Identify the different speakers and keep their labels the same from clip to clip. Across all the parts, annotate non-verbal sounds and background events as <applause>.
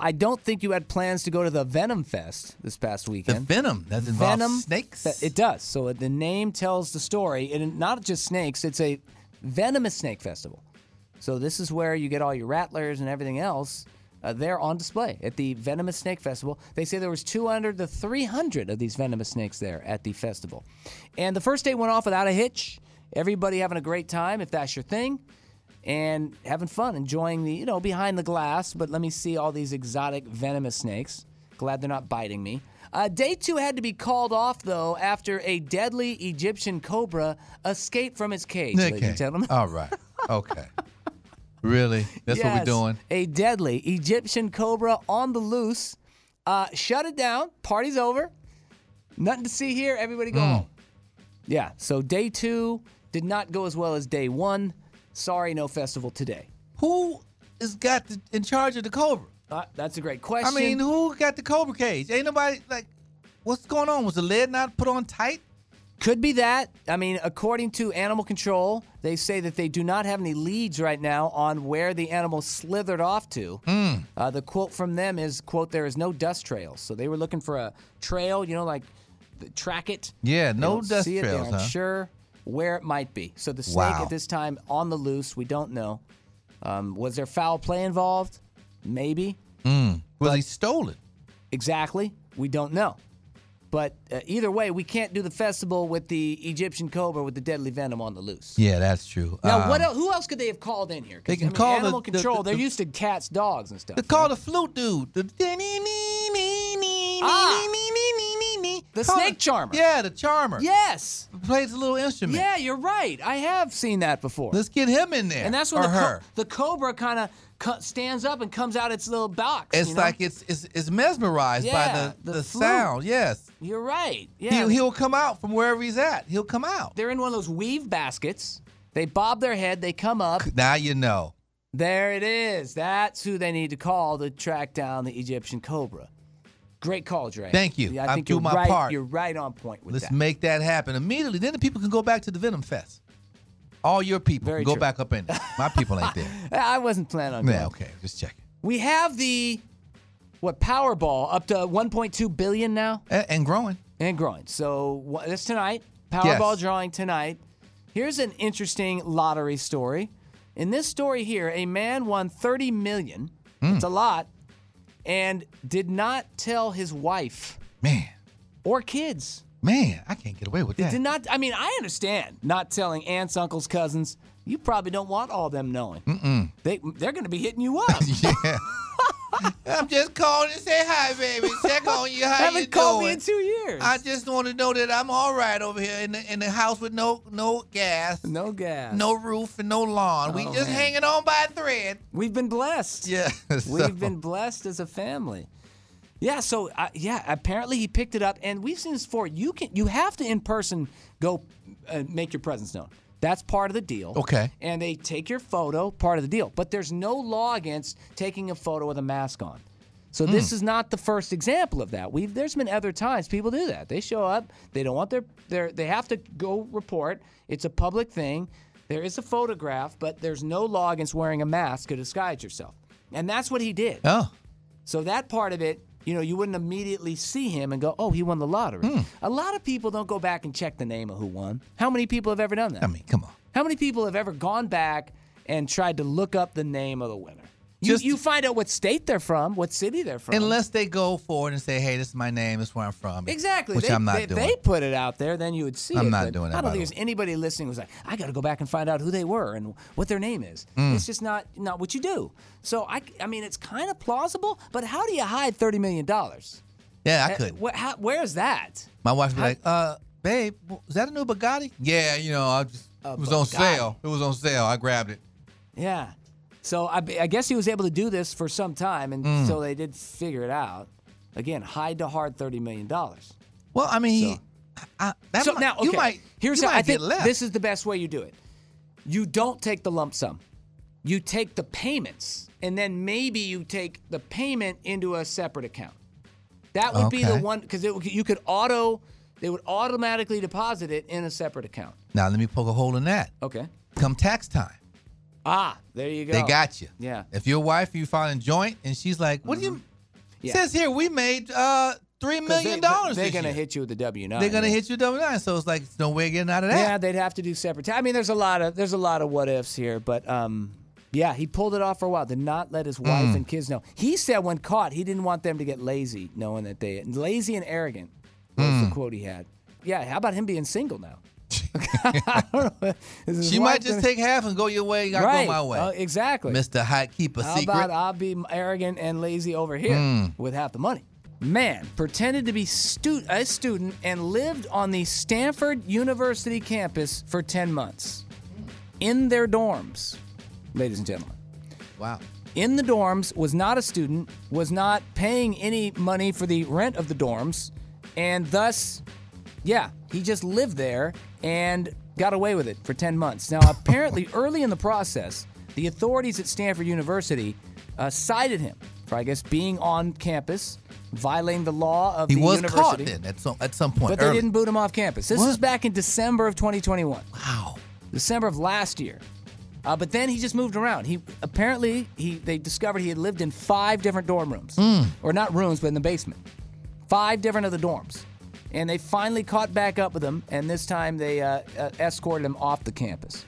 Speaker 1: I don't think you had plans to go to the Venom Fest this past
Speaker 2: The
Speaker 1: weekend.
Speaker 2: venom that involves
Speaker 1: Venom
Speaker 2: snakes.
Speaker 1: Fe- It does. So the name tells the story, and it- not just snakes. It's a venomous snake festival. So this is where you get all your rattlers and everything else. Uh, they're on display at the Venomous Snake Festival. They say there was 200 to 300 of these venomous snakes there at the festival, and the first day went off without a hitch. Everybody having a great time if that's your thing, and having fun, enjoying the you know behind the glass. But let me see all these exotic venomous snakes. Glad they're not biting me. Uh, day two had to be called off though after a deadly Egyptian cobra escaped from its cage, ladies
Speaker 2: Okay.
Speaker 1: and gentlemen.
Speaker 2: All right. Okay. really? That's what we're
Speaker 1: Yes,
Speaker 2: doing.
Speaker 1: A deadly Egyptian cobra on the loose. Uh, shut it down. Party's over. Nothing to see here. Everybody go
Speaker 2: Mm.
Speaker 1: home. Yeah. So day two did not go as well as day one. Sorry, no festival today.
Speaker 2: Who has got the, in charge of the Cobra?
Speaker 1: Uh, that's a great question.
Speaker 2: I mean, who got the Cobra cage? Ain't nobody like. What's going on? Was the lid not put on tight?
Speaker 1: Could be that. I mean, according to Animal Control, they say that they do not have any leads right now on where the animal slithered off to.
Speaker 2: Hmm.
Speaker 1: Uh, the quote from them is, "quote There is no dust trails." So they were looking for a trail, you know, like th- track it.
Speaker 2: Yeah,
Speaker 1: They
Speaker 2: no
Speaker 1: don't
Speaker 2: dust
Speaker 1: see it.
Speaker 2: trails,
Speaker 1: They aren't
Speaker 2: huh?
Speaker 1: sure where it might be. So the snake
Speaker 2: Wow.
Speaker 1: at this time on the loose. We don't know. Um, was there foul play involved? Maybe.
Speaker 2: Was he stolen?
Speaker 1: Exactly. We don't know. But uh, either way, we can't do the festival with the Egyptian cobra with the deadly venom on the loose.
Speaker 2: Yeah, that's true.
Speaker 1: Now,
Speaker 2: Um,
Speaker 1: what el who else could they have called in here? 'Cause,
Speaker 2: They can
Speaker 1: I mean,
Speaker 2: call the-
Speaker 1: animal
Speaker 2: the-
Speaker 1: control.
Speaker 2: the-
Speaker 1: they're
Speaker 2: the-
Speaker 1: used to cats, dogs, and stuff.
Speaker 2: They call the flute dude. The the
Speaker 1: Ah! The snake charmer.
Speaker 2: Yeah, the charmer.
Speaker 1: Yes.
Speaker 2: plays a little instrument.
Speaker 1: Yeah, you're right. I have seen that before.
Speaker 2: Let's get him in there.
Speaker 1: and that's when
Speaker 2: or
Speaker 1: the, co-
Speaker 2: her.
Speaker 1: the cobra kind of co- stands up and comes out its little box.
Speaker 2: it's
Speaker 1: you know?
Speaker 2: like it's, it's it's mesmerized
Speaker 1: Yeah,
Speaker 2: by the,
Speaker 1: the
Speaker 2: the
Speaker 1: flute.
Speaker 2: sound. Yes.
Speaker 1: you're right. Yeah.
Speaker 2: He, he'll come out from wherever he's at. He'll come out.
Speaker 1: they're in one of those weave baskets. They bob their head. They come up.
Speaker 2: Now you know.
Speaker 1: There it is. That's who they need to call to track down the Egyptian cobra. Great call, Dre.
Speaker 2: Thank you.
Speaker 1: Yeah, I
Speaker 2: I'm
Speaker 1: think
Speaker 2: doing
Speaker 1: you're
Speaker 2: my
Speaker 1: right.
Speaker 2: part.
Speaker 1: You're right on point with
Speaker 2: Let's
Speaker 1: that.
Speaker 2: make that happen immediately. Then the people can go back to the Venom Fest. All your people
Speaker 1: Very
Speaker 2: can go
Speaker 1: true.
Speaker 2: back up in there. My people
Speaker 1: <laughs>
Speaker 2: ain't there.
Speaker 1: I wasn't planning on going.
Speaker 2: yeah, okay. Just checking.
Speaker 1: We have the what Powerball up to 1.2 billion now
Speaker 2: And, and growing.
Speaker 1: and growing. So wha- that's tonight. Powerball
Speaker 2: Yes.
Speaker 1: drawing tonight. Here's an interesting lottery story. In this story here, a man won 30 million. It's
Speaker 2: Hmm.
Speaker 1: a lot, and did not tell his wife
Speaker 2: Man,
Speaker 1: or kids.
Speaker 2: man, I can't get away with
Speaker 1: <laughs>
Speaker 2: that.
Speaker 1: Did not. I mean, I understand not telling aunts, uncles, cousins. You probably don't want all them knowing. Mm-mm. They they're going to be hitting
Speaker 2: <laughs>
Speaker 1: you up.
Speaker 2: I'm just calling to say hi, baby.
Speaker 1: <laughs>
Speaker 2: Check on you. How you
Speaker 1: haven't called me
Speaker 2: doing?
Speaker 1: in two years.
Speaker 2: I just want to know that I'm all right over here in the, in the house with no no gas, no,
Speaker 1: no gas.
Speaker 2: roof, and no lawn. we
Speaker 1: Oh,
Speaker 2: just
Speaker 1: man.
Speaker 2: hanging on by a thread.
Speaker 1: We've been blessed.
Speaker 2: Yeah. so-
Speaker 1: We've been blessed as a family. Yeah, so uh, yeah, apparently he picked it up, and we've seen this before. You can, you have to in person go uh, make your presence known. That's part of the deal.
Speaker 2: Okay.
Speaker 1: And they take your photo, part of the deal. But there's no law against taking a photo with a mask on. So this is not the first example of that. We've there's been other times people do that. They show up, they don't want their their they have to go report. It's a public thing. There is a photograph, but there's no law against wearing a mask to disguise yourself. And that's what he did.
Speaker 2: Oh,
Speaker 1: So that part of it, you know, you wouldn't immediately see him and go, "Oh, he won the lottery." A lot of people don't go back and check the name of who won. How many people have ever done that?
Speaker 2: I mean, come on.
Speaker 1: How many people have ever gone back and tried to look up the name of the winner? You,
Speaker 2: Just-
Speaker 1: you find out what state they're from, what city they're from.
Speaker 2: Unless they go forward and say, "Hey, this is my name. This is where I'm from."
Speaker 1: exactly,
Speaker 2: Which
Speaker 1: they,
Speaker 2: I'm not
Speaker 1: they,
Speaker 2: doing.
Speaker 1: They put it out there, then you would see.
Speaker 2: I'm
Speaker 1: it,
Speaker 2: not
Speaker 1: but
Speaker 2: doing that,
Speaker 1: I don't
Speaker 2: by the
Speaker 1: think there's anybody listening who's like, "I got to go back and find out who they were and what their name is."
Speaker 2: Hmm.
Speaker 1: It's just not not what you do. So I, I mean, it's kind of plausible, but how do you hide thirty million dollars?
Speaker 2: yeah, I could.
Speaker 1: Wh- how, where's that?
Speaker 2: My wife would be like, "Uh, babe, w- is that a new Bugatti?" Yeah, you know, I just
Speaker 1: A
Speaker 2: it was on
Speaker 1: Bugatti.
Speaker 2: sale. It was on sale. I grabbed it.
Speaker 1: Yeah. So I, I guess he was able to do this for some time, and
Speaker 2: Mm.
Speaker 1: so they did figure it out. Again, hide to hard thirty million dollars.
Speaker 2: Well, I mean, I, I, that
Speaker 1: So
Speaker 2: might-
Speaker 1: now, okay.
Speaker 2: you might
Speaker 1: here's
Speaker 2: you
Speaker 1: how
Speaker 2: might
Speaker 1: I think
Speaker 2: get left.
Speaker 1: this is the best way you do it. You don't take the lump sum. You take the payments, and then maybe you take the payment into a separate account. That would be the
Speaker 2: Okay.
Speaker 1: one because you could auto. They would automatically deposit it in a separate account.
Speaker 2: now let me poke a hole in that.
Speaker 1: Okay.
Speaker 2: Come tax time.
Speaker 1: Ah, there you go.
Speaker 2: They got you.
Speaker 1: Yeah. Mm-hmm.
Speaker 2: If your wife you filing joint and she's like, "What do you
Speaker 1: Yeah.
Speaker 2: Says here we made uh three
Speaker 1: 'Cause they,
Speaker 2: million dollars.
Speaker 1: They're
Speaker 2: this
Speaker 1: gonna
Speaker 2: year.
Speaker 1: hit you with the W nine.
Speaker 2: They're gonna hit you double nine. So it's like it's no way of getting out of that.
Speaker 1: Yeah, they'd have to do separate. ta- I mean, there's a lot of there's a lot of what ifs here, but um, yeah, he pulled it off for a while. Did not let his
Speaker 2: Mm.
Speaker 1: wife and kids know. He said when caught, he didn't want them to get lazy, knowing that they lazy and arrogant was
Speaker 2: Mm.
Speaker 1: the quote he had. Yeah, how about him being single
Speaker 2: <laughs>
Speaker 1: now? <laughs> I don't know. Is his
Speaker 2: She
Speaker 1: wife
Speaker 2: might just
Speaker 1: gonna-
Speaker 2: take half and go your way. I
Speaker 1: right.
Speaker 2: go my way.
Speaker 1: Uh, exactly.
Speaker 2: Mr. Hot Keep a
Speaker 1: How
Speaker 2: Secret. Hmm.
Speaker 1: about I'll be arrogant and lazy over here with half the money? Man pretended to be stu- a student and lived on the Stanford University campus for 10 months in their dorms, ladies and gentlemen.
Speaker 2: wow.
Speaker 1: In the dorms, was not a student, was not paying any money for the rent of the dorms, and thus, yeah, he just lived there and got away with it for 10 months. Now, apparently, <laughs> early in the process, the authorities at Stanford University uh, cited him for, I guess, being on campus, violating the law of
Speaker 2: He
Speaker 1: the
Speaker 2: was
Speaker 1: university.
Speaker 2: caught then at some at some point.
Speaker 1: But they
Speaker 2: early.
Speaker 1: didn't boot him off campus. This
Speaker 2: What?
Speaker 1: was back in December of 2021.
Speaker 2: Wow.
Speaker 1: December of last year. Uh, but then he just moved around. He apparently he they discovered he had lived in five different dorm rooms,
Speaker 2: Hmm.
Speaker 1: or not rooms, but in the basement. Five different of the dorms, and they finally caught back up with him. And this time they uh, uh, escorted him off the campus.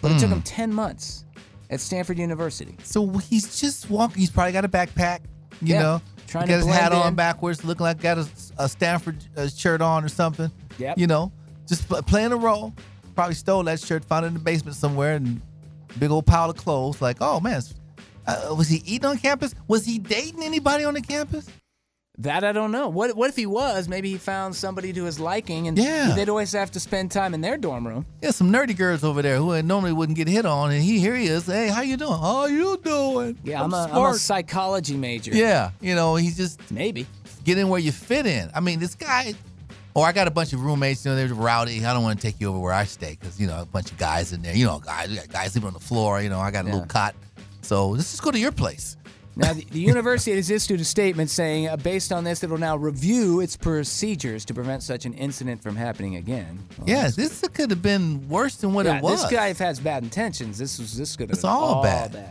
Speaker 1: But it took
Speaker 2: Hmm.
Speaker 1: him ten months at Stanford University.
Speaker 2: So he's just walking. He's probably got a backpack. You
Speaker 1: Yeah.
Speaker 2: know,
Speaker 1: Trying
Speaker 2: He
Speaker 1: to
Speaker 2: got his hat
Speaker 1: blend
Speaker 2: on
Speaker 1: in.
Speaker 2: backwards, looking like got a, a Stanford uh, shirt on or something.
Speaker 1: Yep.
Speaker 2: You know, just pl- playing a role. Probably stole that shirt, found it in the basement somewhere, and big old pile of clothes. Like, oh man, it's- uh, was he eating on campus? Was he dating anybody on the campus?
Speaker 1: That I don't know. What what if he was? Maybe he found somebody to his liking, and
Speaker 2: Yeah.
Speaker 1: they'd always have to spend time in their dorm room.
Speaker 2: Yeah, some nerdy girls over there who normally wouldn't get hit on, and he here he is. Hey, how you doing? How you doing?
Speaker 1: Yeah, I'm, a, I'm a
Speaker 2: smart.
Speaker 1: psychology major.
Speaker 2: yeah, you know, he's just
Speaker 1: maybe.
Speaker 2: get in where you fit in. I mean, this guy, or I got a bunch of roommates, you know, they're rowdy. I don't want to take you over where I stay because, you know, a bunch of guys in there. You know, guys, we got guys sleeping on the floor. You know, I got a
Speaker 1: Yeah.
Speaker 2: little cot. So let's just go to your place.
Speaker 1: Now, the, the university has issued a statement saying, uh, based on this, it will now review its procedures to prevent such an incident from happening again. Well,
Speaker 2: Yes, this could have been worse than what
Speaker 1: Oh, yeah,
Speaker 2: it was.
Speaker 1: this guy has bad intentions. This was this could have
Speaker 2: It's
Speaker 1: been
Speaker 2: all
Speaker 1: all
Speaker 2: bad.